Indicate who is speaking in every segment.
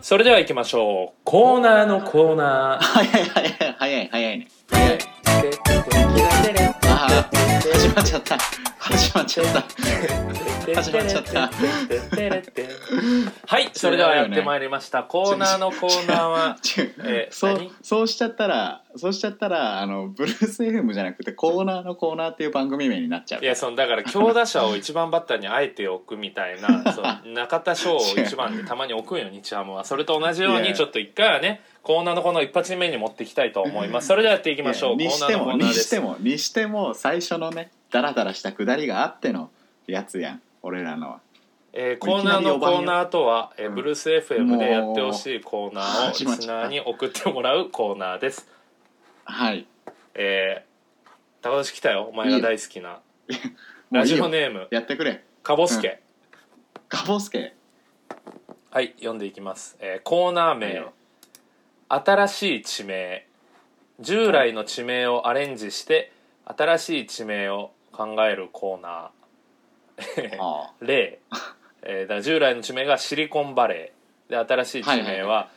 Speaker 1: それでは行きましょうコーナーのコーナ
Speaker 2: 早い早い早い早いね早い
Speaker 1: ー
Speaker 2: あー始まっちゃった始まっちゃった始まっちゃった
Speaker 1: はいそれではやってまいりましたコーナーのコーナー は
Speaker 2: 違う、
Speaker 1: えー
Speaker 2: そう
Speaker 1: 何
Speaker 2: そうしちゃったらそうしちゃったらあのブルース FM じゃなくてコーナーのコーナーっていう番組名になっちゃう
Speaker 1: いやそのだから強打者を一番バッターにあえて置くみたいなその中田翔を一番にたまに置くんよ日ハムはそれと同じよう
Speaker 2: いや
Speaker 1: にちょっと一回はねコーナーのコーナーを一発目に持っていきたいと思いますそれではやっていきましょうコー
Speaker 2: に
Speaker 1: ナ
Speaker 2: し
Speaker 1: ー
Speaker 2: て
Speaker 1: のコ
Speaker 2: も
Speaker 1: ーナー
Speaker 2: に
Speaker 1: で
Speaker 2: して
Speaker 1: す
Speaker 2: もにしても最初のねダラダラした下りがあってのやつやん俺らのは
Speaker 1: えーコーナーのコーナーとは、えー
Speaker 2: うん
Speaker 1: ブルース FM でやってほしいコーナーを リスナーに送ってもらうコーナーです
Speaker 2: はい
Speaker 1: えー、高橋来たよお前が大好きなラジオネーム
Speaker 2: やってくれ
Speaker 1: かぼすけ、
Speaker 2: ガボスケ
Speaker 1: はい読んでいきます、えーコーナー名、
Speaker 2: はいよ
Speaker 1: 新しい地名従来の地名をアレンジして新しい地名を考えるコーナ
Speaker 2: あ
Speaker 1: ー例、 えーだから従来の地名がシリコンバレーで新しい地
Speaker 2: は
Speaker 1: 名
Speaker 2: いはい
Speaker 1: は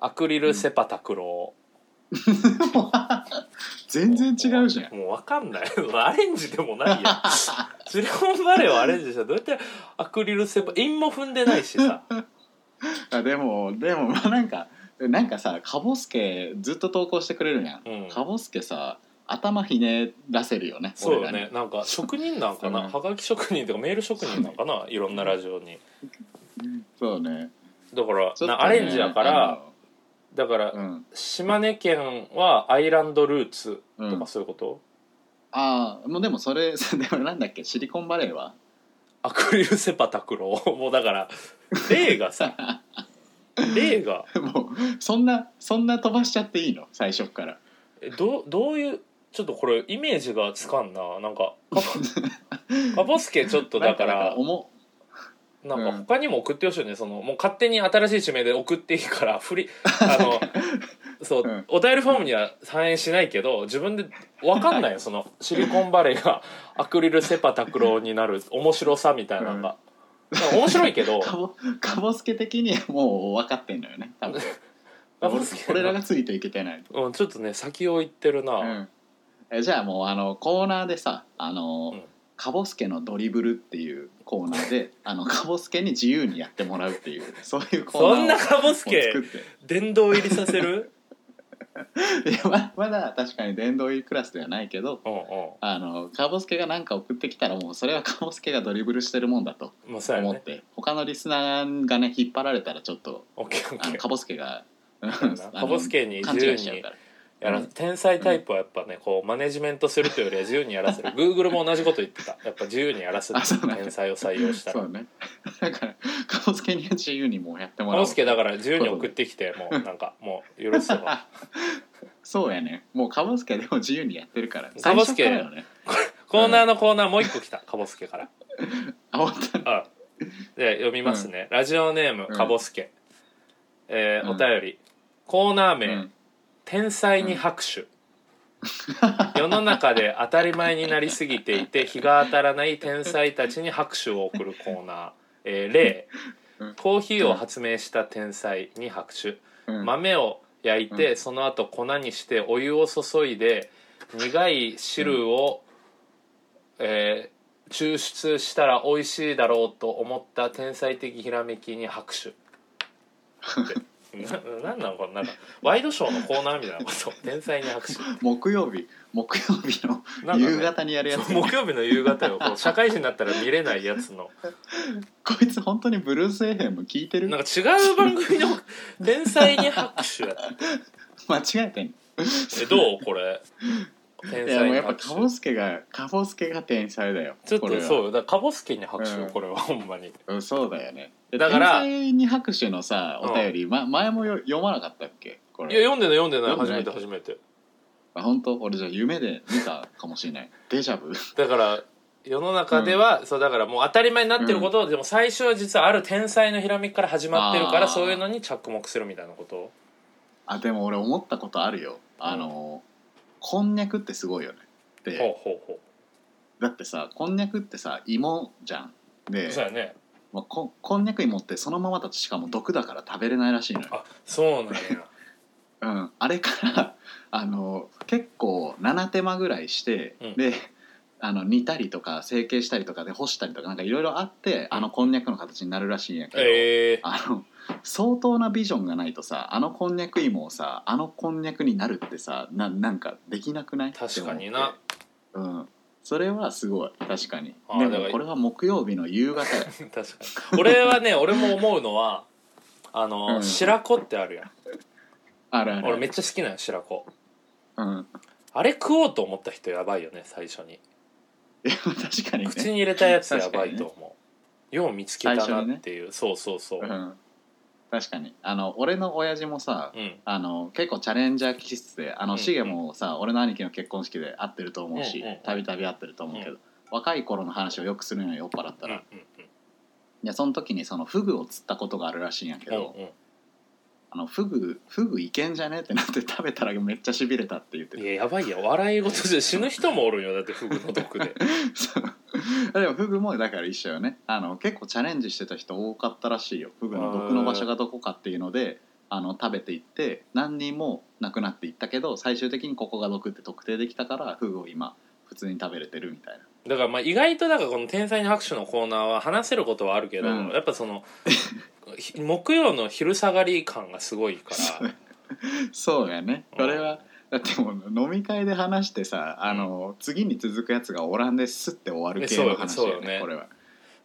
Speaker 1: アクリルセパタクロ
Speaker 2: あ全然違うじゃ
Speaker 1: ー、もうわかんない アレンジでも ないやシリコンバレーをアレンジしたらどうやってアクリルセパ韻も踏んでないし さ
Speaker 2: んあでもでもまあなんかなんかさカボスケずっと投稿してくれるやん、
Speaker 1: うん
Speaker 2: カボスケさ頭ひねらせるよね
Speaker 1: そうよ
Speaker 2: 俺ら
Speaker 1: ねなんか職人なんかな、
Speaker 2: うん
Speaker 1: はがき職人とかメール職人なんかないろんなラジオに
Speaker 2: そうね
Speaker 1: だから、
Speaker 2: ちょっとね
Speaker 1: なアレンジやからだから、
Speaker 2: あのうん
Speaker 1: 島根県はアイランドルーツ
Speaker 2: う
Speaker 1: と
Speaker 2: ん
Speaker 1: か、そういうこと、
Speaker 2: ああもうでもそれ でもなんだっけシリコンバレーは
Speaker 1: アクリルセパタクローもうだから例がさ例が
Speaker 2: もうそんなそんな飛ばしちゃっていいの最初っから
Speaker 1: えどうどういうちょっとこれイメージがつかんななんかかぼ かぼすけちょっとだか
Speaker 2: なん
Speaker 1: ら
Speaker 2: おも
Speaker 1: なん
Speaker 2: う
Speaker 1: か
Speaker 2: ん
Speaker 1: 他にも送ってほしいよね、そのもう勝手に新しい地名で送っていい から振りあのそう、
Speaker 2: うん
Speaker 1: お便りフォームには反映しないけど自分で分かんないよそのシリコンバレーがアクリルセパタクローになる面白さみたいなのが、なんか面白いけ ど
Speaker 2: かぼかぼすけ的にはもう分かってんのよね多 分
Speaker 1: かぼすけ
Speaker 2: 俺らがついていけてない
Speaker 1: うん、ちょっとね先を行ってるな、
Speaker 2: うんえじゃあもうあのコーナーでさあの、
Speaker 1: うん
Speaker 2: カボスケのドリブルっていうコーナ ーであのカボスケに自由にやってもらうっていうそういうコーナーを
Speaker 1: そんなかぼす
Speaker 2: もう
Speaker 1: け
Speaker 2: 作っ
Speaker 1: 殿堂入りさせ る
Speaker 2: ていやままだ確かに殿堂入りクラスではないけど
Speaker 1: うんうん
Speaker 2: あのカボスケが何か送ってきたらもうそれはカボスケがドリブルしてるもんだと
Speaker 1: もうそうや
Speaker 2: 思っ
Speaker 1: ね
Speaker 2: て、他のリスナーがね引っ張られたらちょっと
Speaker 1: オッケーオ
Speaker 2: あ
Speaker 1: ッ
Speaker 2: の
Speaker 1: ケー
Speaker 2: カボスケがうん
Speaker 1: そうだな
Speaker 2: あ
Speaker 1: カ
Speaker 2: の
Speaker 1: ボスケに
Speaker 2: 勘
Speaker 1: 自
Speaker 2: 違
Speaker 1: 由
Speaker 2: いしちゃう
Speaker 1: に
Speaker 2: から
Speaker 1: やら
Speaker 2: うん
Speaker 1: 天才タイプはやっぱねこうマネジメントするというよりは自由にやらせる Google も同じこと言ってたやっぱ自由にやらせる
Speaker 2: あそうなんだ
Speaker 1: 天才を採用した
Speaker 2: そ
Speaker 1: ら
Speaker 2: うね だからカボスケには自由にもうやってもらお
Speaker 1: コ
Speaker 2: う
Speaker 1: スケだから自由に送ってきてもうなんかもう許すわ
Speaker 2: そうやね。もうカボスケでも自由にやってるから。
Speaker 1: カボスケ
Speaker 2: 最初からよね。
Speaker 1: コーナーのコーナーもう一個来たかぼすけから
Speaker 2: あ、本当に
Speaker 1: あで読みますね、ラジオネーム
Speaker 2: うん
Speaker 1: かぼすけ、えー
Speaker 2: うん
Speaker 1: お便りコーナー名、
Speaker 2: うん
Speaker 1: 天才に拍手、世の中で当たり前になりすぎていて日が当たらない天才たちに拍手を送るコーナー、えー例
Speaker 2: うん
Speaker 1: コーヒーを発明した天才に拍手
Speaker 2: うん
Speaker 1: 豆を焼いて、その後粉にしてお湯を注いで苦い汁を、えー抽出したら美味しいだろうと思った天才的ひらめきに拍 手ななんなのこれなんかワイドショーのコーナーみたいなこと天才に拍手
Speaker 2: 木曜日、木曜日の
Speaker 1: なんかね
Speaker 2: 夕方にやるやつ、
Speaker 1: そう木曜日の夕方よこう社会人になったら見れないやつの
Speaker 2: こいつ本当にブルース FM 聞いてる
Speaker 1: なん
Speaker 2: 間
Speaker 1: か違う番組の天才に拍手やった
Speaker 2: 違えてん
Speaker 1: えどうこれ天
Speaker 2: いや
Speaker 1: 才
Speaker 2: もう
Speaker 1: に
Speaker 2: やっぱ
Speaker 1: 拍手
Speaker 2: カボスケがカボスケが天才だよ
Speaker 1: ちょっとそうよ
Speaker 2: う
Speaker 1: だからかぼすけに拍手よ、
Speaker 2: うん
Speaker 1: これはほんまに
Speaker 2: うんそうだよね
Speaker 1: だから
Speaker 2: 天才に拍手のさ
Speaker 1: うん
Speaker 2: お便り、ま、前もよ読まなかったっけこ
Speaker 1: いや
Speaker 2: れ
Speaker 1: 読んでない読んでない
Speaker 2: 読ん
Speaker 1: 初
Speaker 2: でな
Speaker 1: め
Speaker 2: い
Speaker 1: て初めて
Speaker 2: あ本当俺じゃあ夢で見たかもしれないデジャブ
Speaker 1: だから世の中では、そうだからもう当たり前になってることを、でも最初は実はある天才のひらめきから始まってるか
Speaker 2: あ
Speaker 1: ら
Speaker 2: ー
Speaker 1: そういうのに着目するみたいなこと
Speaker 2: あでも俺思ったことあるよあの、こんにゃくってすごいよねって
Speaker 1: ほうほうほ
Speaker 2: だってさこんにゃくってさ芋じゃん
Speaker 1: う
Speaker 2: で
Speaker 1: そうやね
Speaker 2: まあ、ここんにゃく芋ってそのままだとしかも毒だから食べれないらしいのよ、
Speaker 1: あそうなんや
Speaker 2: うん、あれからあの結構7手間ぐらいして、
Speaker 1: うん
Speaker 2: であの煮たりとか成形したりとかで干したりとかなんかいろいろあってあのこんにゃくの形になるらしいんやけど、
Speaker 1: ええ
Speaker 2: あの相当なビジョンがないとさあのこんにゃく芋をさあのこんにゃくになるってさななんかできなくない
Speaker 1: 確かにな、
Speaker 2: って思ってうん、それはすごい確かに
Speaker 1: あー
Speaker 2: で
Speaker 1: だか
Speaker 2: も
Speaker 1: ら
Speaker 2: これは木曜日の 夕方や
Speaker 1: 確かに俺はね俺も思うのはあの、
Speaker 2: うん
Speaker 1: 白子ってあるやん
Speaker 2: あるある
Speaker 1: 俺めっちゃ好きなの白子
Speaker 2: うん、
Speaker 1: あれ食おうと思った人やばいよね最初に
Speaker 2: いや確かに
Speaker 1: 口
Speaker 2: ね、
Speaker 1: に入れたやつやばいと思う、よう見つけた
Speaker 2: 最初に
Speaker 1: な
Speaker 2: ね
Speaker 1: っていう、そうそうそうう、
Speaker 2: ん、確かにあの俺の親父もさ
Speaker 1: うん、
Speaker 2: あの結構チャレンジャー気質であ
Speaker 1: う
Speaker 2: の
Speaker 1: ん
Speaker 2: シゲもさ、俺の兄貴の結婚式で会ってると思うし
Speaker 1: うんうん
Speaker 2: たびたび会ってると思うけど、若い頃の話をよくするのよ酔っ払った
Speaker 1: うん
Speaker 2: ら、
Speaker 1: うん
Speaker 2: いやその時にそのフグを釣ったことがあるらしいんやけ
Speaker 1: うん
Speaker 2: ど、
Speaker 1: うんうん
Speaker 2: あのフグフグいけんじゃねってなって食べたら めっちゃしびれたって言って
Speaker 1: い
Speaker 2: て
Speaker 1: ややばいや笑い事で死ぬ人もおるんよだってフグの毒で
Speaker 2: そうでもフグもだから一緒よねあの結構チャレンジしてた人多かったらしいよフグの毒の場所がどこかっていうのであの食べていって何人もなくなっていったけど最終的にここが毒って特定できたからフグを今普通に食べれてるみたいな
Speaker 1: だからまあ意外とだからこの「天才に拍手」のコーナーは話せることはあるけど、
Speaker 2: うん
Speaker 1: やっぱそのひ木曜の昼下がり感がすごいから
Speaker 2: そうやね
Speaker 1: うん
Speaker 2: これはだってもう飲み会で話してさあの次に続くやつがおらんですって終わる系の話
Speaker 1: そうよそうよ
Speaker 2: よね
Speaker 1: ね
Speaker 2: これは。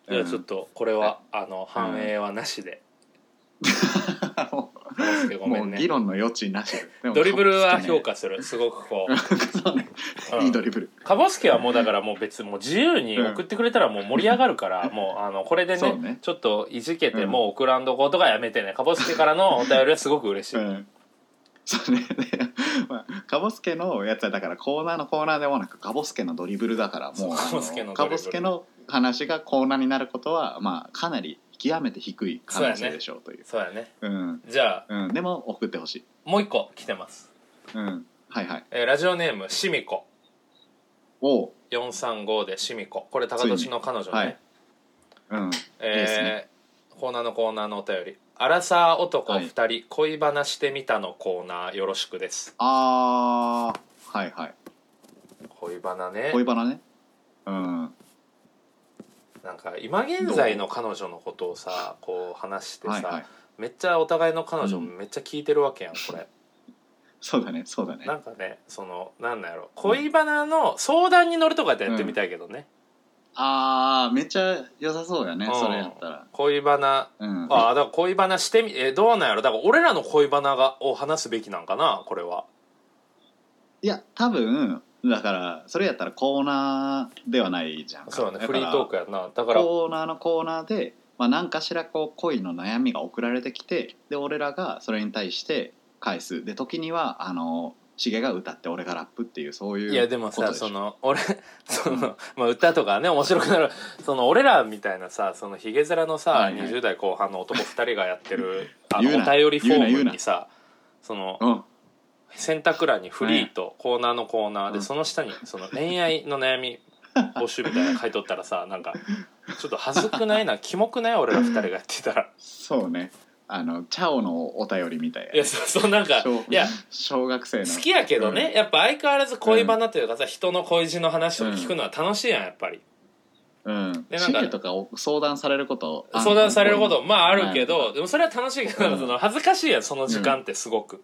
Speaker 1: じゃあちょっとこれは、あの反映はなしで、
Speaker 2: うんもう
Speaker 1: コロスケごめ
Speaker 2: も
Speaker 1: ん
Speaker 2: う
Speaker 1: ね
Speaker 2: 議論の余地なしでも
Speaker 1: ドリブルは評価するすごくこ う
Speaker 2: そうね
Speaker 1: うん
Speaker 2: いい ドリブル
Speaker 1: カボスケはもうだからもう別にもう自由に送ってくれたらもう盛り上がる から、もうあのこれで
Speaker 2: そ
Speaker 1: ね
Speaker 2: うね
Speaker 1: ちょっといじけて
Speaker 2: うん
Speaker 1: もう送らんどことかやめてね、カボスケからのお便りはすごく嬉しい、
Speaker 2: うん そうねでまあ、カボスケのやつはだからコーナーのコーナーでもなくカボスケのドリブルだからもう
Speaker 1: そう
Speaker 2: あの
Speaker 1: カボスケのドリブル
Speaker 2: カボスケの話がコーナーになることは、まあ、かなり極めて低い可能
Speaker 1: そうや
Speaker 2: 性
Speaker 1: ね
Speaker 2: でしょうという
Speaker 1: そうやね
Speaker 2: う,、
Speaker 1: じゃあ
Speaker 2: ん、うん、でも送ってほしい、
Speaker 1: もう一個来てます、
Speaker 2: うん、はいはい
Speaker 1: えーラジオネームシミコ
Speaker 2: おう
Speaker 1: 435でシミコこれ高年の彼女ね、
Speaker 2: はいうんいいです
Speaker 1: え
Speaker 2: ね
Speaker 1: ーコーナーのコーナーのお便り「アラサー男
Speaker 2: はい
Speaker 1: 2人、恋バナしてみた」のコーナーよろしくです
Speaker 2: あーはいはい
Speaker 1: 恋バナね
Speaker 2: 恋バナねうん
Speaker 1: なんか今現在の彼女のことをさこう話してさ、
Speaker 2: はいはい
Speaker 1: めっちゃお互いの彼女
Speaker 2: う
Speaker 1: も
Speaker 2: ん
Speaker 1: めっちゃ聞いてるわけやん これ、
Speaker 2: そうだねそうだね
Speaker 1: なんかねそのなんなんやろ恋バナの相談に乗るとかでやってみたいけどね、
Speaker 2: あーめっちゃ良さそうやね
Speaker 1: うん
Speaker 2: それやったら
Speaker 1: 恋バナ
Speaker 2: うん
Speaker 1: ああだから恋バナしてみえどうなんやろだから俺らの恋バナがを話すべきなんかなこれはい
Speaker 2: や多分だからそれやったらコーナーではないじゃん
Speaker 1: そうだね
Speaker 2: だ
Speaker 1: フ
Speaker 2: か
Speaker 1: リ
Speaker 2: ら
Speaker 1: ートークやなだから
Speaker 2: コーナーのコーナーで、まあ、何かしらこう恋の悩みが送られてきてで俺らがそれに対して返すで時にはあのシゲが歌って俺がラップっていうそういう
Speaker 1: いやでも
Speaker 2: こと
Speaker 1: さ
Speaker 2: し
Speaker 1: そ
Speaker 2: ょ
Speaker 1: の俺 その、まあ、歌とかね面白くなるその俺らみたいなさそのヒゲ面のさ、
Speaker 2: はいはい
Speaker 1: 20代後半の男2人がやってるあのお
Speaker 2: 言うな
Speaker 1: 便りフォ
Speaker 2: 言うな言
Speaker 1: ー
Speaker 2: う
Speaker 1: ム
Speaker 2: な
Speaker 1: にさその
Speaker 2: うん
Speaker 1: 選択欄にフリーとコーナーのコーナーで
Speaker 2: うん
Speaker 1: その下にその恋愛の悩み募集みたいなの書いとったらさなんかちょっと恥ずくないなキモくない俺ら2人がやってたら
Speaker 2: そうねあのチャオのお便りみたい
Speaker 1: いやそうそうなんかい
Speaker 2: 小
Speaker 1: や
Speaker 2: 小学生の
Speaker 1: 好きやけどね、やっぱ相変わらず恋バナというかさ、人の恋路の話を聞くのは楽しいやんやっぱり
Speaker 2: うん
Speaker 1: でなんか
Speaker 2: シゲとかお相談されることあんの
Speaker 1: 相談されることまああるけ
Speaker 2: は
Speaker 1: どでもそれは楽しいけどなんかその恥ずかしいやんその時間ってすごく、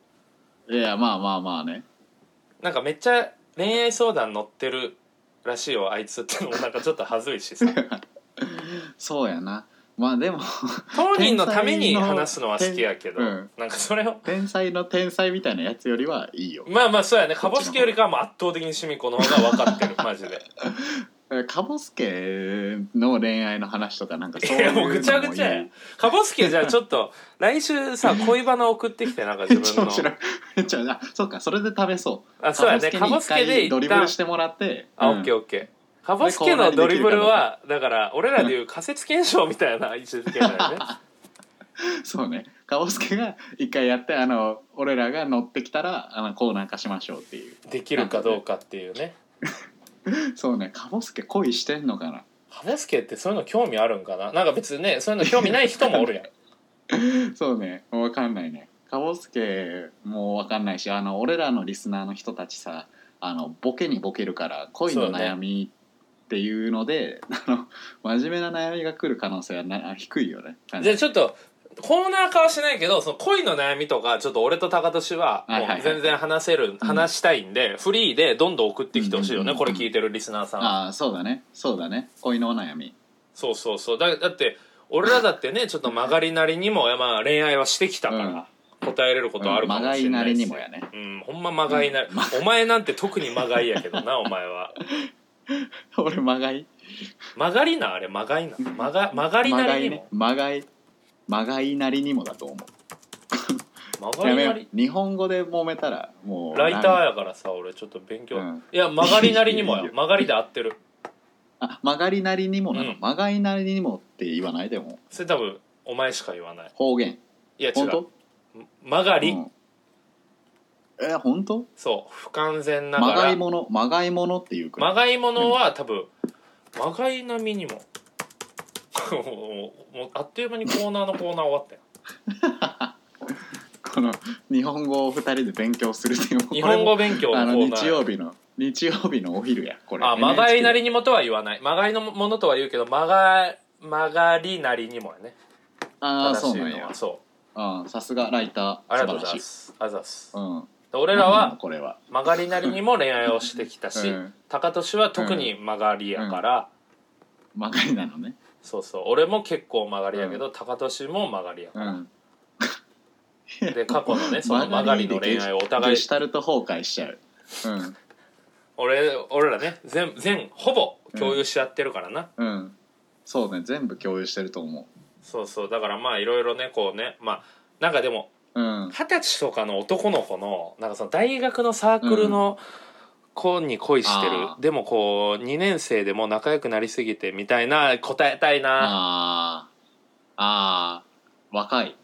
Speaker 2: いいやまあまあまあね
Speaker 1: なんかめっちゃ恋愛相談乗ってるらしいよあいつってのもなんかちょっと恥ずいしさ
Speaker 2: そうやなまあでも
Speaker 1: 当人のために話すのは好きやけど、
Speaker 2: うん
Speaker 1: なんかそれを
Speaker 2: 天才の天才みたいなやつよりはいいよ
Speaker 1: まあまあそうやねかぼすけよりかはもう圧倒的にシミ子の方が分かって るマジで
Speaker 2: カボスケの恋愛の話とかなんかそう
Speaker 1: い
Speaker 2: いう
Speaker 1: や
Speaker 2: のも
Speaker 1: もう
Speaker 2: いい
Speaker 1: ぐちゃぐちゃやかぼすけじゃあちょっと来週さ恋バナ送ってきてなんか
Speaker 2: め
Speaker 1: 自
Speaker 2: っ ちゃ
Speaker 1: 分
Speaker 2: 面白
Speaker 1: の
Speaker 2: いめっちゃあそうかそれで食べそう
Speaker 1: あそうやねかぼすけで
Speaker 2: ド
Speaker 1: 一
Speaker 2: リブル
Speaker 1: 旦
Speaker 2: してもらって
Speaker 1: あ、
Speaker 2: う
Speaker 1: オ
Speaker 2: ん
Speaker 1: ッケーオッケー。カボスケのドリブルは、だから、俺らでいう仮説検証みたいな位置づけだよね。
Speaker 2: そうねカボスケが一回やってあの俺らが乗ってきたらあのコーナー化しましょうっていう
Speaker 1: できるかどうかっていうね。
Speaker 2: そうねカボスケ恋してんのかな
Speaker 1: ハボスケってそういうの興味あるんかななんか別にねそういうの興味ない人もおるやん
Speaker 2: そうね分かんないねカボスケも分かんないしあの俺らのリスナーの人たちさあのボケにボケるから恋の悩みっていうのであの真面目な悩みが来る可能性はな低いよね
Speaker 1: じゃあちょっとコーナー化はしないけどその恋の悩みとかちょっと俺と高俊はも
Speaker 2: はいはいうはい
Speaker 1: 全然話せる、話したいんでフリーでどんどん送ってきてほしいよね、
Speaker 2: うんうんうん
Speaker 1: これ聞いてるリスナーさんは
Speaker 2: ああそうだねそうだね恋のお悩み
Speaker 1: そうそうそうだだって俺らだってねちょっと曲がりなりにも、まあ、恋愛はしてきたから、答えれることはあるか
Speaker 2: ま
Speaker 1: も
Speaker 2: が
Speaker 1: しれ
Speaker 2: い
Speaker 1: な
Speaker 2: ないり
Speaker 1: し
Speaker 2: にもやね
Speaker 1: うん、ほんままがいなり、お前なんて特にまがいやけどなお前は
Speaker 2: 俺まがい
Speaker 1: 曲がりなあれ曲がいな曲が曲がり
Speaker 2: ま
Speaker 1: な
Speaker 2: が
Speaker 1: り
Speaker 2: い
Speaker 1: に
Speaker 2: ね
Speaker 1: も
Speaker 2: まがいまがいなりにもだと思う
Speaker 1: 曲が
Speaker 2: や
Speaker 1: り
Speaker 2: めよ
Speaker 1: な
Speaker 2: う
Speaker 1: り
Speaker 2: 日本語で揉めたらもう
Speaker 1: ライターやからさ俺ちょっと勉強、
Speaker 2: うん
Speaker 1: いや曲がりなりにも
Speaker 2: いい
Speaker 1: や
Speaker 2: よ
Speaker 1: 曲がりで合ってる
Speaker 2: あ曲がりなりにもな
Speaker 1: う
Speaker 2: の、
Speaker 1: ん
Speaker 2: 曲がりなりにもって言わないでも
Speaker 1: それ多分お前しか言わない
Speaker 2: 方言
Speaker 1: いや違
Speaker 2: 本
Speaker 1: う
Speaker 2: 当
Speaker 1: 曲がり、
Speaker 2: うんえ本当
Speaker 1: そう不完全なが
Speaker 2: 曲が
Speaker 1: ら
Speaker 2: いもの曲がいものっていうくらい
Speaker 1: まがいものは多分まがい並みにも もうもうあっという間にコーナーのコーナー終わったよ
Speaker 2: この日本語を二人で勉強するっていう
Speaker 1: 日本語
Speaker 2: こ
Speaker 1: 勉強
Speaker 2: れもあ
Speaker 1: の
Speaker 2: の
Speaker 1: コーナ
Speaker 2: 日
Speaker 1: ー
Speaker 2: 曜日の日曜日のお昼やこれ
Speaker 1: あまがいなりに
Speaker 2: に
Speaker 1: もとは言わないまがいのものとは言うけどまがまがりなりにもやね
Speaker 2: ああ
Speaker 1: 正
Speaker 2: そ
Speaker 1: し
Speaker 2: う
Speaker 1: い
Speaker 2: なん
Speaker 1: の
Speaker 2: や
Speaker 1: はそう
Speaker 2: うんさすがライター
Speaker 1: ありが
Speaker 2: 素
Speaker 1: とう
Speaker 2: 晴
Speaker 1: ご
Speaker 2: ら
Speaker 1: ざい
Speaker 2: し
Speaker 1: ま
Speaker 2: い
Speaker 1: すありがとうございます
Speaker 2: うん
Speaker 1: で俺ら
Speaker 2: うん
Speaker 1: は
Speaker 2: これは
Speaker 1: 曲がりなりにも恋愛をしてきたし、
Speaker 2: うん
Speaker 1: 高俊は特に曲がりやから、
Speaker 2: 曲がりなのね
Speaker 1: そうそう俺も結構曲がりやけど、高俊も曲が りや
Speaker 2: う
Speaker 1: から、
Speaker 2: ん
Speaker 1: で過去 のねその曲がりの恋愛をお互い
Speaker 2: ゲシュタルト崩壊しちゃううん
Speaker 1: 俺俺らね全全ほぼ共有し合ってるからな、
Speaker 2: うんそうね全部共有してると思
Speaker 1: そうそうだからまあいろいろねこうねまあなんかでも
Speaker 2: ううん
Speaker 1: 二十歳とかの男の子のなんかその大学のサークルの子に恋してる、
Speaker 2: あー
Speaker 1: でもこう2年生でもう仲良くなりすぎてみたいな答えたいな、
Speaker 2: あああー若い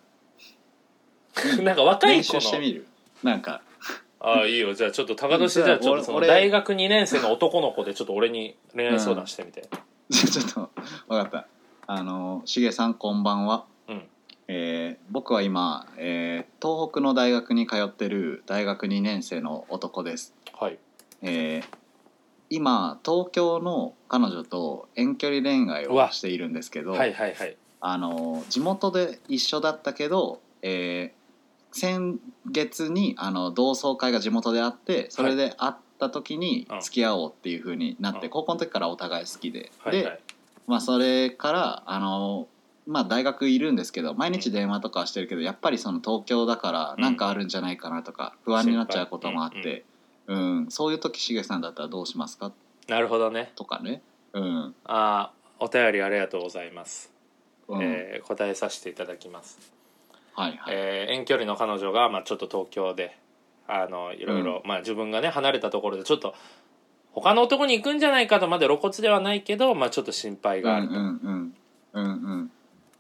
Speaker 1: なんか若い
Speaker 2: 練
Speaker 1: 子
Speaker 2: 習して
Speaker 1: の
Speaker 2: みるなんか
Speaker 1: ああいいよじゃあちょっと高年じ
Speaker 2: うん
Speaker 1: ゃあちょっとその
Speaker 2: 俺
Speaker 1: 大学2年生の男の子でちょっと俺に恋愛相談してみて、
Speaker 2: じゃあちょっと分かったあのしげさんこんばんは、
Speaker 1: うん
Speaker 2: えー僕は今、えー東北の大学に通ってる大学2年生の男です、
Speaker 1: はい
Speaker 2: えー今東京の彼女と遠距離恋愛
Speaker 1: う
Speaker 2: を
Speaker 1: わ
Speaker 2: しているんですけど、
Speaker 1: はいはいはい
Speaker 2: あの地元で一緒だったけど、えー先月にあの同窓会が地元であってそれで会った時に
Speaker 1: うん
Speaker 2: 付き合おうっていう風になって、
Speaker 1: うん
Speaker 2: 高校の時からお互い好きで、
Speaker 1: はい
Speaker 2: で
Speaker 1: はい
Speaker 2: まあ、それからあの、まあ、大学いるんですけど毎日電話とかはしてるけどやっぱりその東京だから
Speaker 1: うん
Speaker 2: 何かあるんじゃないかなとか不安になっちゃうこともあっ
Speaker 1: 心
Speaker 2: て、うんそういう時しげさんだったらどうしますか
Speaker 1: なるほどね
Speaker 2: とかね。うん
Speaker 1: ああお便りありがとうございます、
Speaker 2: うん
Speaker 1: えー答えさせていただきます、
Speaker 2: はいはい、
Speaker 1: えー遠距離の彼女が、まあ、ちょっと東京であのいろいろ、まあ、自分がね離れたところでちょっと他の男に行くんじゃないかとまで露骨ではないけど、まあ、ちょっと心配
Speaker 2: うん
Speaker 1: があ
Speaker 2: う
Speaker 1: る、
Speaker 2: んうんうんうん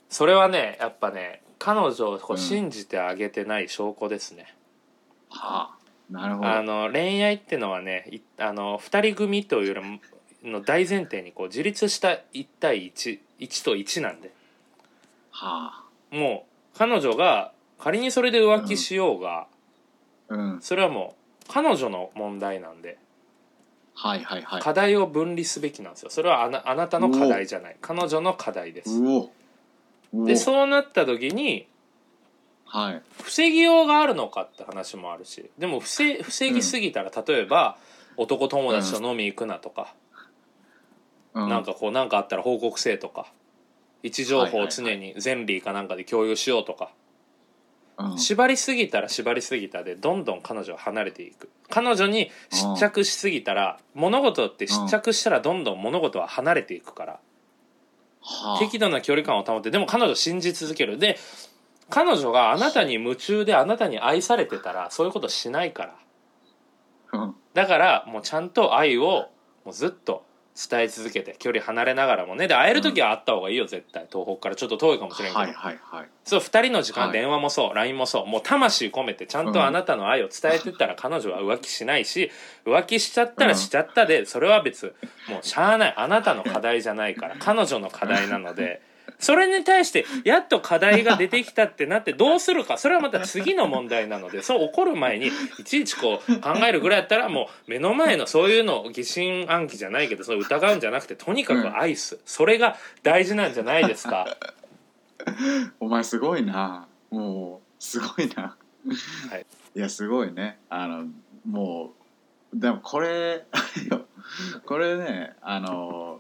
Speaker 1: それはねやっぱね彼女をこう
Speaker 2: う
Speaker 1: ん信じてあげてない証拠ですね、
Speaker 2: はあなるほど
Speaker 1: あの恋愛ってのはねいあの2人組というよりもの大前提にこう自立した1対11と1なんで
Speaker 2: はあ
Speaker 1: もう彼女が仮にそれで浮気しようが、
Speaker 2: うん
Speaker 1: それはもう彼女の問題なんで
Speaker 2: はいはいはい
Speaker 1: 課題を分離すべきなんですよそれはあなあなたの課題じゃない彼女の課題です
Speaker 2: うおうお
Speaker 1: でそうなった時に
Speaker 2: はい
Speaker 1: 防ぎようがあるのかって話もあるしでも防防ぎすぎたら例えば男友達と飲み行くなとか、
Speaker 2: う
Speaker 1: なんかこうなんかあったら報告せえとか位置情報を常にゼンリーかなんかで共有しようとか
Speaker 2: うん
Speaker 1: 縛りすぎたら縛りすぎたでどんどん彼女は離れていく彼女に失着しすぎたら物事って失着したらどんどん物事は離れていくから
Speaker 2: はあ
Speaker 1: 適度な距離感を保ってでも彼女を信じ続けるで彼女があなたに夢中であなたに愛されてたらそういうことしないから
Speaker 2: うん
Speaker 1: だからもうちゃんと愛をもうずっと伝え続けて距離離れながらもねで会える時は会った方がいいよ絶対東北からちょっと遠いかもしれんけど、
Speaker 2: はいはいはい
Speaker 1: そう2人の時間、
Speaker 2: はい
Speaker 1: 電話もそう LINE もそうもう魂込めてちゃん
Speaker 2: うん
Speaker 1: とあなたの愛を伝えてったら彼女は浮気しないし浮気しちゃったらしちゃったでそれは別もうしゃあないあなたの課題じゃないから彼女の課題なので。それに対してやっと課題が出てきたってなってどうするかそれはまた次の問題なのでそう怒る前にいちいちこう考えるぐらいやったらもう目の前のそういうのを疑心暗鬼じゃないけどそう疑うんじゃなくてとにかくアイスそれが大事なんじゃないですか。
Speaker 2: お前すごいなもうすごい
Speaker 1: は
Speaker 2: な、
Speaker 1: い、
Speaker 2: やすごいねあのもうでもこれあれよこれねあの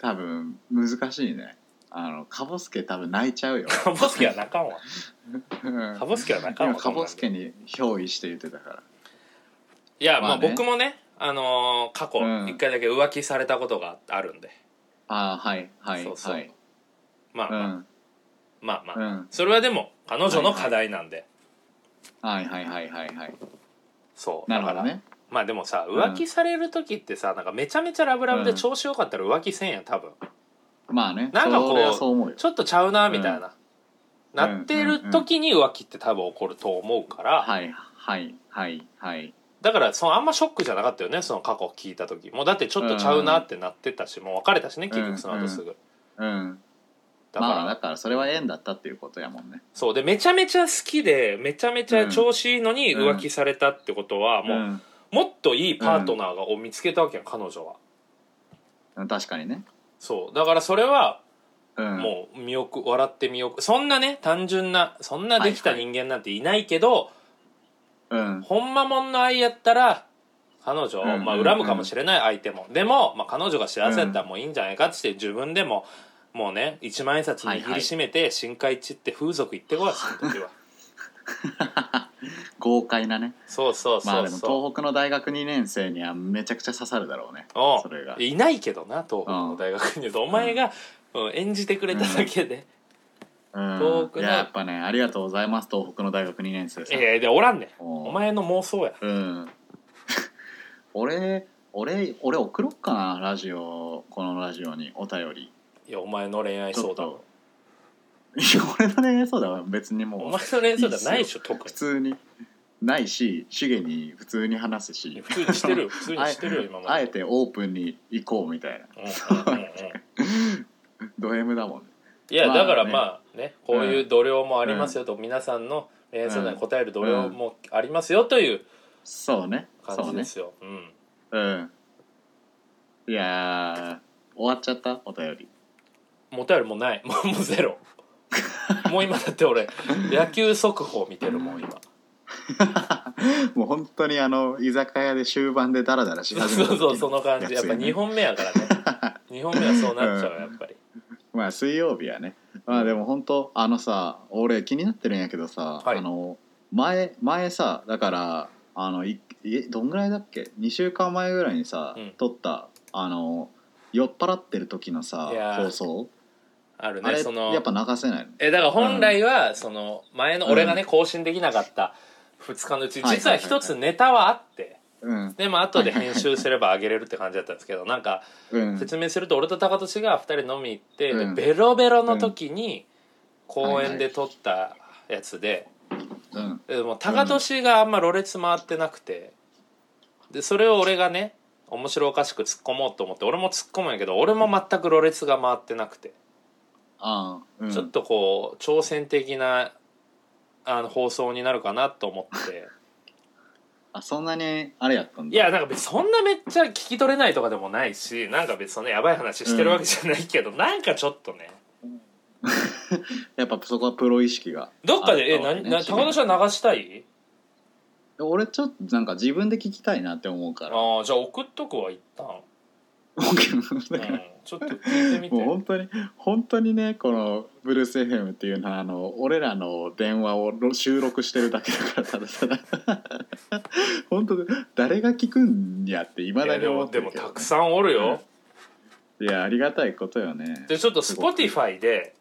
Speaker 2: 多分難しいねあのかぼすけ多分泣いちゃうよ
Speaker 1: カボスケは泣かんわ
Speaker 2: うん
Speaker 1: カボスケは泣かん
Speaker 2: 今
Speaker 1: わ
Speaker 2: かぼすけ
Speaker 1: い
Speaker 2: に憑依して言ってたから
Speaker 1: やま
Speaker 2: ま
Speaker 1: あ
Speaker 2: あね
Speaker 1: 僕もねあのー過去
Speaker 2: うん
Speaker 1: 一回だけ浮気されたことがあるんで
Speaker 2: ああはいはい
Speaker 1: そうそう
Speaker 2: はい
Speaker 1: まあ
Speaker 2: う
Speaker 1: まあ
Speaker 2: ん
Speaker 1: まあ
Speaker 2: う
Speaker 1: まあ
Speaker 2: ん
Speaker 1: それはでも彼女の課題なんで
Speaker 2: はいはいはいはいはい
Speaker 1: そう
Speaker 2: な
Speaker 1: だ
Speaker 2: る
Speaker 1: か
Speaker 2: ほど
Speaker 1: ら
Speaker 2: ね
Speaker 1: まあでもさ
Speaker 2: うん
Speaker 1: 浮気される時ってさなんかめちゃめちゃラブラブで
Speaker 2: うん
Speaker 1: 調子よかったら浮気せんやん多分
Speaker 2: まあね
Speaker 1: なんかこう
Speaker 2: それはそう思うよ
Speaker 1: ちょっとちゃうなみたいな
Speaker 2: うん
Speaker 1: なってる時に浮気って多分起こると思うから
Speaker 2: はいはいはいはい
Speaker 1: だからそのあんまショックじゃなかったよねその過去聞いた時もうだってちょっとちゃうなってなってたしもう別れたしね結局その後すぐ
Speaker 2: うん
Speaker 1: だから
Speaker 2: まあだからそれは縁だったっていうことやもんね
Speaker 1: そうでめちゃめちゃ好きでめちゃめちゃ調子いいのに
Speaker 2: うん
Speaker 1: 浮気されたってことは、もう、もっといいパートナーを見つけたわけやん彼女は
Speaker 2: うん、確かにね、
Speaker 1: そうだからそれは
Speaker 2: うん、
Speaker 1: もう見送笑って見送そんなね単純なそんなできた
Speaker 2: はいは
Speaker 1: 人間なんていないけど、
Speaker 2: う、ん、
Speaker 1: ほんまもんの愛やったら彼女を、
Speaker 2: うん
Speaker 1: まあ、
Speaker 2: うん
Speaker 1: 恨むかもしれない相手も、でも、まあ、彼女が幸せやったらもういいんじゃないかっつって自分でももうね一万円札握りしめて深海地って風俗行ってこいその時は
Speaker 2: 豪快なね
Speaker 1: そうそう
Speaker 2: まあ
Speaker 1: そう
Speaker 2: でも
Speaker 1: そう、
Speaker 2: 東北の大学2年生にはめちゃくちゃ刺さるだろうね
Speaker 1: おう
Speaker 2: それが
Speaker 1: いないけどな東北の大学にいるとお前が、うん演じてくれただけで、
Speaker 2: うん
Speaker 1: 東北の
Speaker 2: いややっぱねありがとうございます東北の大学2年生さん、
Speaker 1: いやいやでおらんねん
Speaker 2: お
Speaker 1: お前の妄想や
Speaker 2: うん 俺俺俺送ろっかなラジオこのラジオにお便り
Speaker 1: いやお前の恋愛
Speaker 2: ち
Speaker 1: 相
Speaker 2: ょっ
Speaker 1: 談
Speaker 2: と いや俺の恋愛相談は別にもう
Speaker 1: お前の恋愛相談ないでしょ特
Speaker 2: 普通にないしシゲに普通に話す
Speaker 1: に
Speaker 2: し
Speaker 1: 普通にしてるよ普通にしてるよ今まで
Speaker 2: あえてオープンに行こうみたいな
Speaker 1: うんうんうんうん
Speaker 2: ド M だもんね
Speaker 1: いや
Speaker 2: まあね
Speaker 1: だからまあねこういう度量もありますよと皆さんの恋愛相談に答える度量もありますよという
Speaker 2: そうね
Speaker 1: 感
Speaker 2: そ
Speaker 1: じ
Speaker 2: う
Speaker 1: で
Speaker 2: ね
Speaker 1: すようん
Speaker 2: うんいやー終わっちゃったお便り
Speaker 1: もたよりもうないもうもうゼロもう今だって俺野球速報見てるもん今
Speaker 2: もう本当にあの居酒屋で終盤でダラダラし
Speaker 1: そう
Speaker 2: 始め
Speaker 1: そ
Speaker 2: た
Speaker 1: う
Speaker 2: 時
Speaker 1: そうその感じやっぱ2本目やからね2 本目はそうなっちゃう
Speaker 2: うん
Speaker 1: やっぱり
Speaker 2: まあ水曜日やねまあでも本当あのさ俺気になってるんやけどさ、
Speaker 1: はい
Speaker 2: あの前前さだからあのいいどんぐらいだっけ2週間前ぐらいにさ、
Speaker 1: うん
Speaker 2: 撮ったあの酔っ払ってる時のさ
Speaker 1: いやー
Speaker 2: 放送
Speaker 1: ある
Speaker 2: あ
Speaker 1: ね
Speaker 2: れ
Speaker 1: その
Speaker 2: やっぱ流せないの
Speaker 1: えだから本来はその前の俺がね更新できなかった2日のうち
Speaker 2: はい
Speaker 1: 実は一つネタはあって
Speaker 2: うん
Speaker 1: でも後で編集すれば上げれるって感じだったんですけどなんか
Speaker 2: うん
Speaker 1: 説明すると俺と高俊が2人飲み行って、
Speaker 2: うん
Speaker 1: でベロベロの時に公園で撮ったやつで,、
Speaker 2: うん
Speaker 1: でも高俊があんまろれつ回ってなくてでそれを俺がね面白おかしく突っ込もうと思って俺も突っ込むんやけど俺も全くろれつが回ってなくて、
Speaker 2: ああうん
Speaker 1: ちょっとこう挑戦的なあの放送になるかなと思って
Speaker 2: あそんなにあれやったんだ
Speaker 1: いやなんか別にそんなめっちゃ聞き取れないとかでもないしなんか別にそんなやばい話してるわけじゃないけど、なんかちょっとね
Speaker 2: やっぱそこはプロ意識が
Speaker 1: どっかで、
Speaker 2: あ
Speaker 1: え、
Speaker 2: った
Speaker 1: な
Speaker 2: わけ
Speaker 1: に、
Speaker 2: ね
Speaker 1: な、高田氏は流したい。
Speaker 2: 俺ちょっとなんか自分で聞きたいなって思うから
Speaker 1: ああ、じゃあ、送っとくわ、一旦。う
Speaker 2: だから
Speaker 1: ん、ちょっと聞いてみ
Speaker 2: も
Speaker 1: て。
Speaker 2: う本当に本当にねこのブルース FM っていうのはあの俺らの電話をろ収録してるだけだからただただ 本当誰が聞くんやっていま
Speaker 1: い
Speaker 2: だ
Speaker 1: や
Speaker 2: に
Speaker 1: で
Speaker 2: 思
Speaker 1: も、
Speaker 2: っ
Speaker 1: で
Speaker 2: てる
Speaker 1: も、
Speaker 2: けど、
Speaker 1: たくさんおるよ。
Speaker 2: いやありがたいことよね
Speaker 1: で、ちょっとス
Speaker 2: す
Speaker 1: ポ
Speaker 2: ご
Speaker 1: ティファイで、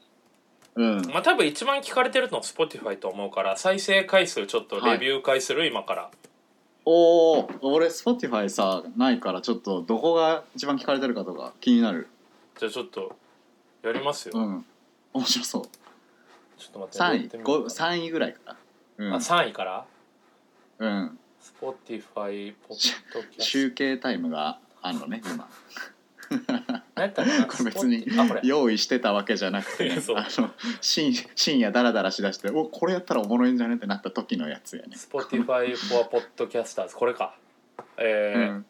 Speaker 2: うん
Speaker 1: まあ、多分一番聞かれてるのスポティファイと思うから、再生回数ちょっとレビュー会する、今から。
Speaker 2: おお俺 Spotify さないからちょっとどこが一番聞かれてるかとか気になる
Speaker 1: じゃあちょっとやりますよ、
Speaker 2: う
Speaker 1: ちょ
Speaker 2: ん面白そう
Speaker 1: っと待って
Speaker 2: 3
Speaker 1: やってみよ
Speaker 2: 位
Speaker 1: う
Speaker 2: ご
Speaker 1: かな
Speaker 2: 三位ぐらいかな
Speaker 1: あ3位から
Speaker 2: うん、うん、
Speaker 1: Spotify ポッドキャス
Speaker 2: 集計タイムがあるのね今
Speaker 1: ト何やったかな
Speaker 2: これ別に
Speaker 1: Spotify あこれ
Speaker 2: 用意してたわけじゃなくて、
Speaker 1: い
Speaker 2: ね
Speaker 1: や、 そう
Speaker 2: あの深夜深夜ダラダラしだしておこれやったらおもろいんじゃねってなった時のやつやね、
Speaker 1: Spotify for Podcasters これかえ
Speaker 2: う
Speaker 1: ー
Speaker 2: ん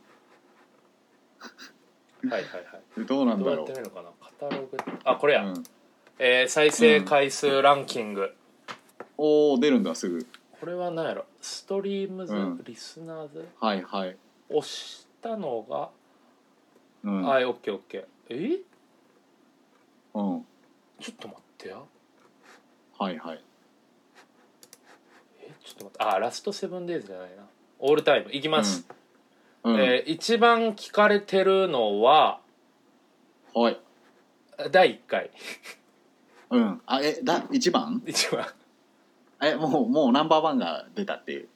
Speaker 1: はいはいは
Speaker 2: でどうないん
Speaker 1: どう
Speaker 2: だ
Speaker 1: や
Speaker 2: ろ
Speaker 1: って
Speaker 2: う
Speaker 1: みるのかなカタログあこれや、
Speaker 2: うん、
Speaker 1: えー再生回数ランキング、
Speaker 2: おお出るんだすぐ
Speaker 1: これは何やろストリームズ、
Speaker 2: うん
Speaker 1: リスナーズ
Speaker 2: はいはい、
Speaker 1: 押したのが、
Speaker 2: うん
Speaker 1: はいオッケーオッケーえ
Speaker 2: うん、
Speaker 1: ちょっと待ってや
Speaker 2: はいはい
Speaker 1: えちょっと待ってあラストセブンデイズじゃないなオールタイムいきます、
Speaker 2: うん、うん
Speaker 1: えー一番聞かれてるのは
Speaker 2: はい
Speaker 1: 第1回
Speaker 2: うんあえだ一番
Speaker 1: 一番
Speaker 2: えもうもうナンバーワンが出たっていう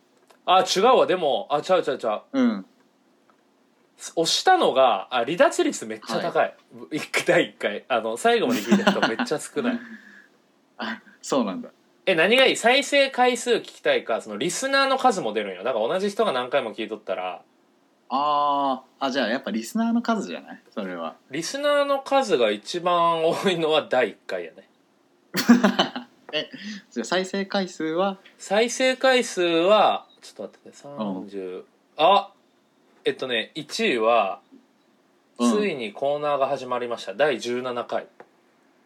Speaker 1: あ違うわでもあ違う違う違う
Speaker 2: うん
Speaker 1: 押したのがあ離脱率めっちゃ高い、一回第1回あの最後まで聞い た人めっちゃ少ない
Speaker 2: あそうなんだ
Speaker 1: え何がいい再生回数聞きたいかそのリスナーの数も出るんよだから同じ人が何回も聞いとったら
Speaker 2: あーあじゃあやっぱリスナーの数じゃないそれは
Speaker 1: リスナーの数が一番多いのは第1回やね
Speaker 2: じゃあ再生回数は
Speaker 1: 再生回数はちょっと待ってね30、あえっとね1位は、
Speaker 2: うん
Speaker 1: ついにコーナーが始まりました第17回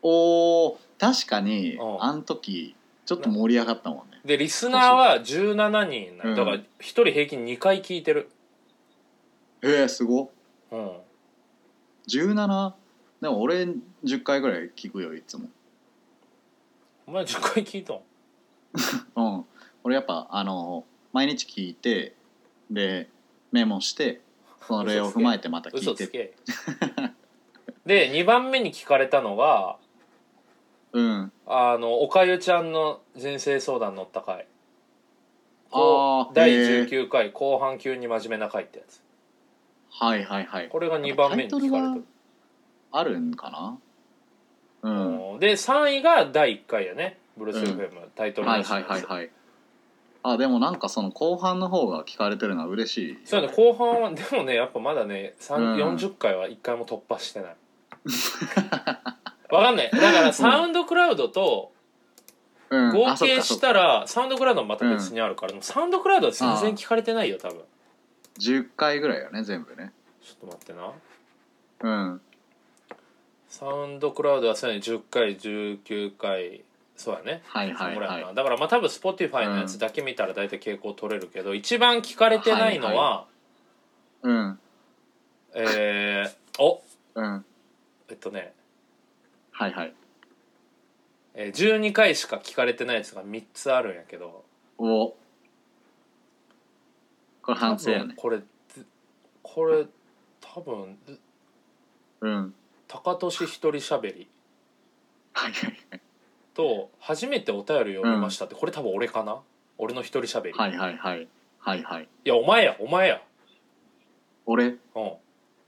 Speaker 2: おー確かに
Speaker 1: うん
Speaker 2: あん時ちょっと盛り上がったもんね
Speaker 1: でリスナーは17人な
Speaker 2: うんん
Speaker 1: だから1人平均2回聞いてる
Speaker 2: へえすごっ
Speaker 1: うん
Speaker 2: 17でも俺10回ぐらい聞くよいつも
Speaker 1: お前10回聞いたん
Speaker 2: うん俺やっぱあの毎日聞いてでメモしてそれを踏まえてまた聞
Speaker 1: 嘘
Speaker 2: い
Speaker 1: つ
Speaker 2: て
Speaker 1: けで2番目に聞かれたのが
Speaker 2: うん
Speaker 1: あのおかゆちゃんの人生相談乗った回
Speaker 2: あー
Speaker 1: 第
Speaker 2: へー
Speaker 1: 19回後半急に真面目な回ってやつ
Speaker 2: はいはいはい
Speaker 1: これが2番目に聞かれ
Speaker 2: タ
Speaker 1: て
Speaker 2: イト
Speaker 1: る
Speaker 2: ルはあるんかなうんは
Speaker 1: で3位が第1回やねブルース FM、タイト
Speaker 2: い
Speaker 1: ルの
Speaker 2: は
Speaker 1: や
Speaker 2: い
Speaker 1: つ
Speaker 2: はいはいあでもなんかその後半の方が聞かれてるのは嬉しい
Speaker 1: そうね後半はでもねやっぱまだね、三
Speaker 2: うん
Speaker 1: 40回は1回も突破して ないわかんないだからサウンドクラウドと
Speaker 2: うん
Speaker 1: 合
Speaker 2: あそっ
Speaker 1: 計
Speaker 2: かそっ
Speaker 1: し
Speaker 2: か
Speaker 1: たらサウンドクラウドもまた別にあるから、でもサウンドクラウドは全然聞かれてないよ多分
Speaker 2: 10回ぐらいよね全部ね
Speaker 1: ちょっと待ってな
Speaker 2: うん
Speaker 1: サウンドクラウドはそうやね10回19回そうやね
Speaker 2: はいはい
Speaker 1: そんぐら
Speaker 2: はいい
Speaker 1: かなだからまあ多分 Spotify のやつだけ見たら大体傾向取れるけど、一番聞かれてないのは、
Speaker 2: うん
Speaker 1: えー、お
Speaker 2: うん
Speaker 1: えっとね、
Speaker 2: はいはい
Speaker 1: えー12回しか聞かれてないやつが3つあるんやけど
Speaker 2: おこれ反省や
Speaker 1: 多分
Speaker 2: ね
Speaker 1: これずこれ多分ず
Speaker 2: うん
Speaker 1: 高俊一人喋り
Speaker 2: はいはい
Speaker 1: と「初めてお便り読みました」って、これ多分俺かな俺の一人喋り、、
Speaker 2: はいいはいはいはいはい
Speaker 1: やお前やお前や
Speaker 2: 俺
Speaker 1: う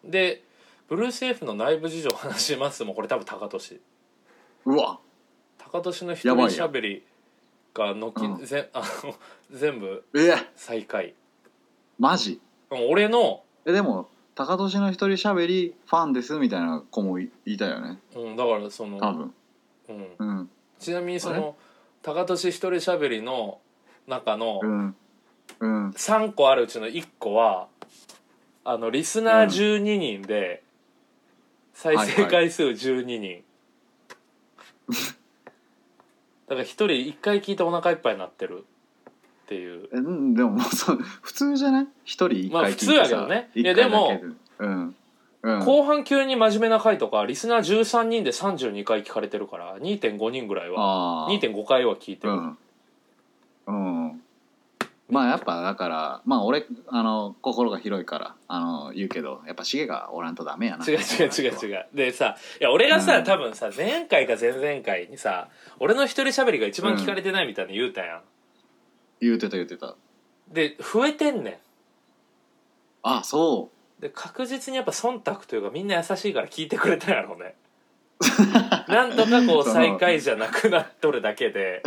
Speaker 1: んで「ブルース F の内部事情を話します」もこれ多分高俊
Speaker 2: うわ
Speaker 1: 高俊の一人
Speaker 2: やばいや
Speaker 1: 喋りがのき、
Speaker 2: うん
Speaker 1: ぜんあの全部
Speaker 2: え
Speaker 1: 最下位
Speaker 2: マジ
Speaker 1: うん俺の
Speaker 2: えでも高年の一人喋りファンですみたいな子もいいたよね
Speaker 1: うん、だからその、
Speaker 2: 多分
Speaker 1: うん、
Speaker 2: うん
Speaker 1: ちなみにそ
Speaker 2: あれ
Speaker 1: の高俊一人喋りの中の
Speaker 2: うんうん
Speaker 1: 3個あるうちの1個はあのリスナー12人で再
Speaker 2: はい
Speaker 1: 生
Speaker 2: はい
Speaker 1: 回数12人、 だから1人1回聞いてお腹いっぱいになってるっていう
Speaker 2: えうんでも もうそう普通じゃない一人一
Speaker 1: まあ
Speaker 2: 回
Speaker 1: 普
Speaker 2: 聞
Speaker 1: 通
Speaker 2: い
Speaker 1: や
Speaker 2: て
Speaker 1: け
Speaker 2: さ
Speaker 1: どね
Speaker 2: 一回
Speaker 1: いやでも
Speaker 2: だけうんうん
Speaker 1: 後半急に真面目な回とかリスナー13人で32回聞かれてるから2.5人ぐらいは
Speaker 2: ああ
Speaker 1: 2.5回は聞いてる、
Speaker 2: うん、うん、まあやっぱだからまあ俺あの心が広いからあの言うけどやっぱシゲがおらんとダメやな
Speaker 1: 違う違う違う
Speaker 2: う
Speaker 1: 違うでさいや俺がさ、
Speaker 2: うん
Speaker 1: 多分さ前回か前々回にさ俺の一人喋りが一番聞かれてないみたいに言うたやん、
Speaker 2: 言うてた言うてた
Speaker 1: で増えてんね
Speaker 2: あそ
Speaker 1: で確実にやっぱ忖度というかみんな優しいから聞いてくれたんやろう ねなんとかこう
Speaker 2: その
Speaker 1: 最下位じゃなくなっとるだけで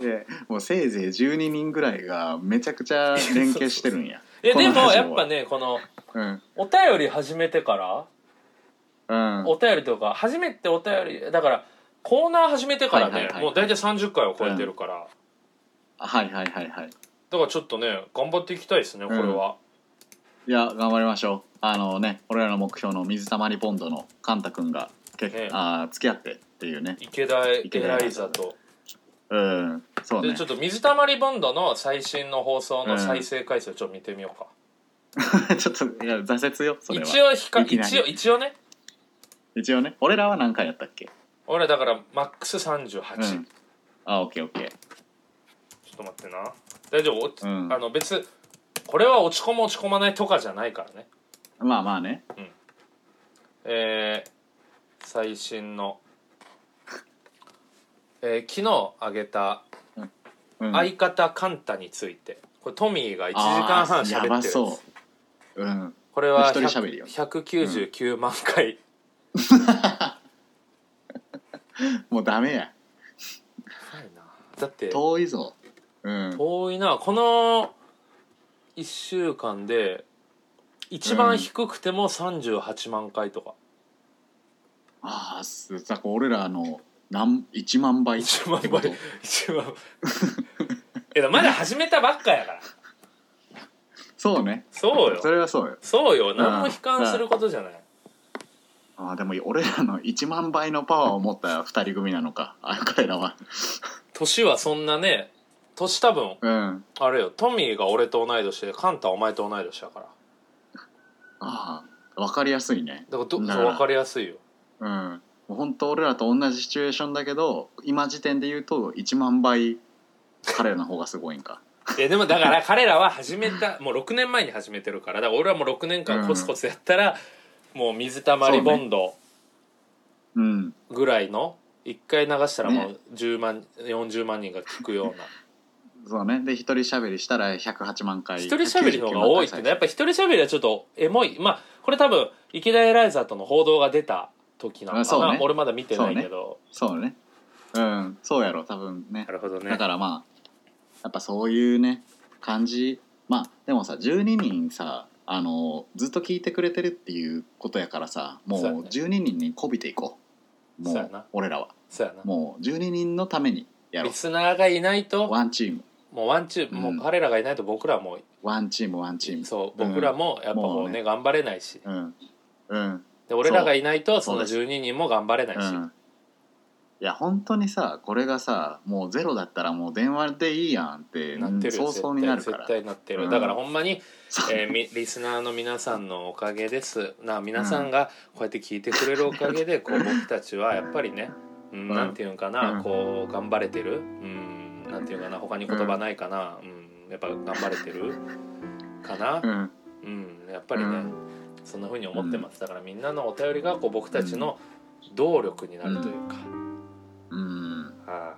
Speaker 2: うでもうせいぜい12人ぐらいがめちゃくちゃ連携してるん や
Speaker 1: いや
Speaker 2: この
Speaker 1: でも
Speaker 2: ラジオ
Speaker 1: や
Speaker 2: は
Speaker 1: っぱねこの
Speaker 2: うん
Speaker 1: お便り始めてから
Speaker 2: うん
Speaker 1: お便りとか初めてお便りだからコーナー始めてから
Speaker 2: はいはい
Speaker 1: ね
Speaker 2: はいはい
Speaker 1: もう大体30回を超えてるから、
Speaker 2: はいはいはいはい
Speaker 1: だからちょっとね頑張っていきたいですねこれは、
Speaker 2: いや頑張りましょうあのね俺らの目標の水たまりボンドのカンタ君がけ、
Speaker 1: ね
Speaker 2: あー付き合ってっていうね
Speaker 1: 池田エ
Speaker 2: 池田エ
Speaker 1: ラ
Speaker 2: ラ
Speaker 1: イ
Speaker 2: イ
Speaker 1: ザ
Speaker 2: ザ
Speaker 1: と、
Speaker 2: うんそう
Speaker 1: で
Speaker 2: ね
Speaker 1: ちょっと水たまりボンドの最新の放送の再生回数をちょっと見てみようか、
Speaker 2: ちょっといや挫折よそれは
Speaker 1: 一応比較
Speaker 2: いきなり
Speaker 1: 一応一応ね
Speaker 2: 一応ね俺らは何回やったっけ
Speaker 1: 俺だからマックス
Speaker 2: う
Speaker 1: 38、
Speaker 2: んあオッケーオッケ
Speaker 1: ちょっと待ってな大丈夫、お
Speaker 2: うん
Speaker 1: あの別これは落ち込む落ち込まないとかじゃないからね
Speaker 2: ーまあまあね
Speaker 1: えー最新の、えー昨日あげた
Speaker 2: うん
Speaker 1: 相方カンタについてこれトミーが1時間半喋ってる
Speaker 2: あーや
Speaker 1: や
Speaker 2: ば
Speaker 1: つ
Speaker 2: そううん
Speaker 1: これは
Speaker 2: 一人喋りよ
Speaker 1: 199万回、
Speaker 2: もうダメや
Speaker 1: ないなだって
Speaker 2: 遠いぞうん
Speaker 1: 遠いなこの1週間で一番低くても38万回とか、
Speaker 2: ああすさ俺らの何1万倍
Speaker 1: 1万倍一番 えだまだ始めたばっかやから
Speaker 2: そうね
Speaker 1: そうよ
Speaker 2: それはそうよ
Speaker 1: そうよ何も悲観することじゃない、
Speaker 2: あーでも俺らの1万倍のパワーを持った2人組なのかあ彼らは
Speaker 1: 年はそんなね年多分
Speaker 2: うん
Speaker 1: あれよトミーが俺と同い年でカンタはお前と同い年だから
Speaker 2: ああ分かりやすいね
Speaker 1: だからど
Speaker 2: な
Speaker 1: そう
Speaker 2: ら
Speaker 1: 分かりやすいよ
Speaker 2: うんもう本当俺らと同じシチュエーションだけど今時点で言うと1万倍彼らの方がすごい んか
Speaker 1: えでもだから彼らは始めたもう6年前に始めてるからだから俺はもう6年間コツコツやったら、もう水たまりボンド
Speaker 2: うん
Speaker 1: ぐらいの1回流したらも
Speaker 2: ね
Speaker 1: う10万、40万人が聞くような
Speaker 2: そうねで一人喋りしたら108万回
Speaker 1: 一人喋りの方が多いってねやっぱ一人喋りはちょっとエモいまあこれ多分池田エライザーとの報道が出た時なの
Speaker 2: あ
Speaker 1: か
Speaker 2: そ
Speaker 1: な、
Speaker 2: うね
Speaker 1: 俺まだ見てないけど、
Speaker 2: そうねうんそうやろ多分ね
Speaker 1: なるほどね
Speaker 2: だからまあやっぱそういうね感じまあでもさ12人さあのずっと聞いてくれてるっていうことやからさもう
Speaker 1: そうやね
Speaker 2: 12人に媚びていこうも
Speaker 1: そうや
Speaker 2: う
Speaker 1: な
Speaker 2: 俺らは
Speaker 1: そうやな
Speaker 2: もう12人のためにやろ
Speaker 1: リスナーがいないと
Speaker 2: うワンチーム
Speaker 1: もうワンチーム、
Speaker 2: うん
Speaker 1: もう彼らがいないと僕らも
Speaker 2: ワンチームワンチーム
Speaker 1: そう僕らもやっぱこうね,、
Speaker 2: もうね
Speaker 1: 頑張れないし
Speaker 2: うんうん
Speaker 1: で俺らがいないとそ
Speaker 2: そ
Speaker 1: の
Speaker 2: うそう
Speaker 1: 12人も頑張れないうし、
Speaker 2: んいや本当にさこれがさもうゼロだったらもう電話でいいやんって
Speaker 1: なってるよ
Speaker 2: 早々になるから
Speaker 1: 絶対絶対なってる、
Speaker 2: うん
Speaker 1: だからほんまに、
Speaker 2: そう
Speaker 1: えーみリスナーの皆さんのおかげですな皆さんがこうやって聞いてくれるおかげ でこう僕たちはやっぱりね、うん
Speaker 2: うん
Speaker 1: なんていうんかな、
Speaker 2: うん
Speaker 1: こう頑張れてる、うん、なんていうんかな他に言葉ないかな、うんやっぱ頑張れてるかな、
Speaker 2: うん
Speaker 1: うん、やっぱりね、
Speaker 2: うん
Speaker 1: そんな風に思ってますだからみんなのお便りがこう僕たちの動力になるというか、
Speaker 2: うん
Speaker 1: ああ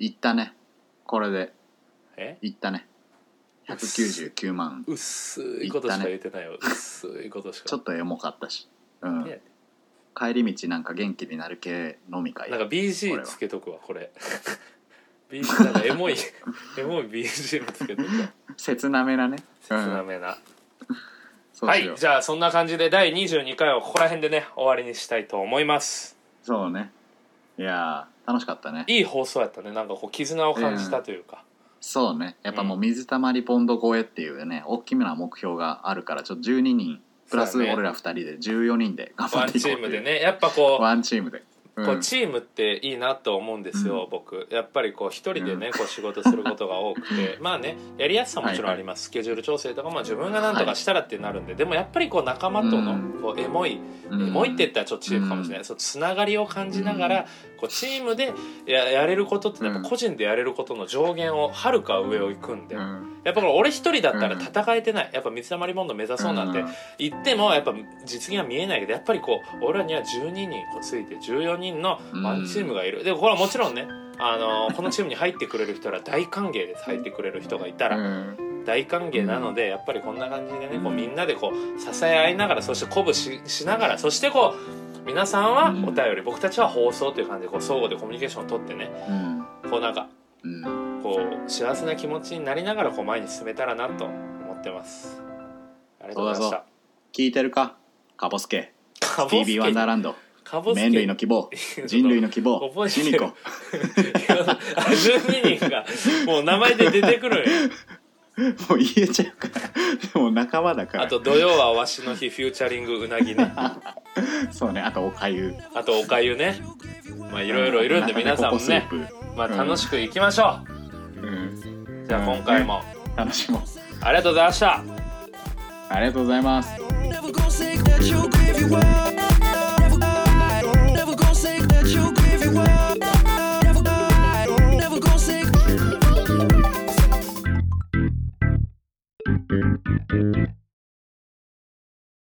Speaker 2: いったねこれで
Speaker 1: え
Speaker 2: いったね199万
Speaker 1: 薄いことしか言ってないよ、薄いことしか
Speaker 2: ちょっとエモかったし、うん、
Speaker 1: ね
Speaker 2: 帰り道なんか元気になる系飲み会
Speaker 1: なんか
Speaker 2: これ
Speaker 1: BG
Speaker 2: は
Speaker 1: つけとくわこれ BG なんかエ モいエモい BGM つけとくわ
Speaker 2: 切なめなね、うん、
Speaker 1: 少なめな、
Speaker 2: そう
Speaker 1: は
Speaker 2: しよう
Speaker 1: いじゃあそんな感じで第22回はここら辺でね終わりにしたいと思います
Speaker 2: そうねいやー楽しかったね
Speaker 1: いい放送やったねなんかこう絆を感じたというか、
Speaker 2: そうねやっぱもう水たまりボンド超えっていうね大きめな目標があるからちょっと12人プラス
Speaker 1: そうだね
Speaker 2: 俺ら2人で14人で頑張
Speaker 1: ワ
Speaker 2: っ
Speaker 1: ン
Speaker 2: ていこ
Speaker 1: チ
Speaker 2: う
Speaker 1: ームでねやっぱこう
Speaker 2: ワンチームで、うん
Speaker 1: こうチームっていいなと思うんですよ、僕やっぱりこう一人でね、こう仕事することが多くてまあねやりやすさもちろんあります、スケジュール調整とかも自分が何とかしたらってなるんで、でもやっぱりこう仲間と
Speaker 2: う
Speaker 1: のこうエモい、
Speaker 2: うん
Speaker 1: エモいって言ったらちょっとチームかもしれない、そうつながりを感じながら、こうチームでややれることってやっぱ個人でやれることの上限をはるか上を行くんで、
Speaker 2: う
Speaker 1: やっ
Speaker 2: ん
Speaker 1: ぱこれ俺一人だったら戦えてないやっぱ水溜りボンド目指そうなんて、行ってもやっぱ実現は見えないけどやっぱりこう俺らには12人こうついて14人のワンチームがいる、でこれは もちろんねあのーこのチームに入ってくれる人ら大歓迎です入ってくれる人がいた
Speaker 2: う
Speaker 1: ら、
Speaker 2: ん
Speaker 1: 大歓迎なので、やっぱりこんな感じでねこ
Speaker 2: う
Speaker 1: うんみんなでこう支え合いながらそして鼓舞ししながらそしてこう皆さんはお便り僕たちは放送という感じでこう相互でコミュニケーションを取ってね
Speaker 2: うん
Speaker 1: こうなんか
Speaker 2: うん
Speaker 1: こう幸せな気持ちになりながらこう前に進めたらなと思ってます。ありがとうございました。
Speaker 2: 聞いてるかカボスケ
Speaker 1: カ
Speaker 2: スティービー・ワンダーランド
Speaker 1: カボスケ
Speaker 2: 麺類の 希望人類の希望
Speaker 1: 覚
Speaker 2: シ
Speaker 1: えて
Speaker 2: ミ
Speaker 1: る
Speaker 2: コ
Speaker 1: 12人がもう名前で出てくるんや
Speaker 2: もう言えちゃうからでも仲間だから
Speaker 1: あと「土曜はわしの日」フューチャリングうなぎね
Speaker 2: そうねあとおかゆ
Speaker 1: あとおかゆねまあいろいろいるんで皆さんもね、
Speaker 2: 中でここ
Speaker 1: まあ、楽しくいきましょ
Speaker 2: スープうん、
Speaker 1: うじゃあ今回も
Speaker 2: 楽しもう
Speaker 1: ありがとうございました
Speaker 2: ありがとうございます
Speaker 3: Never gonna say that you're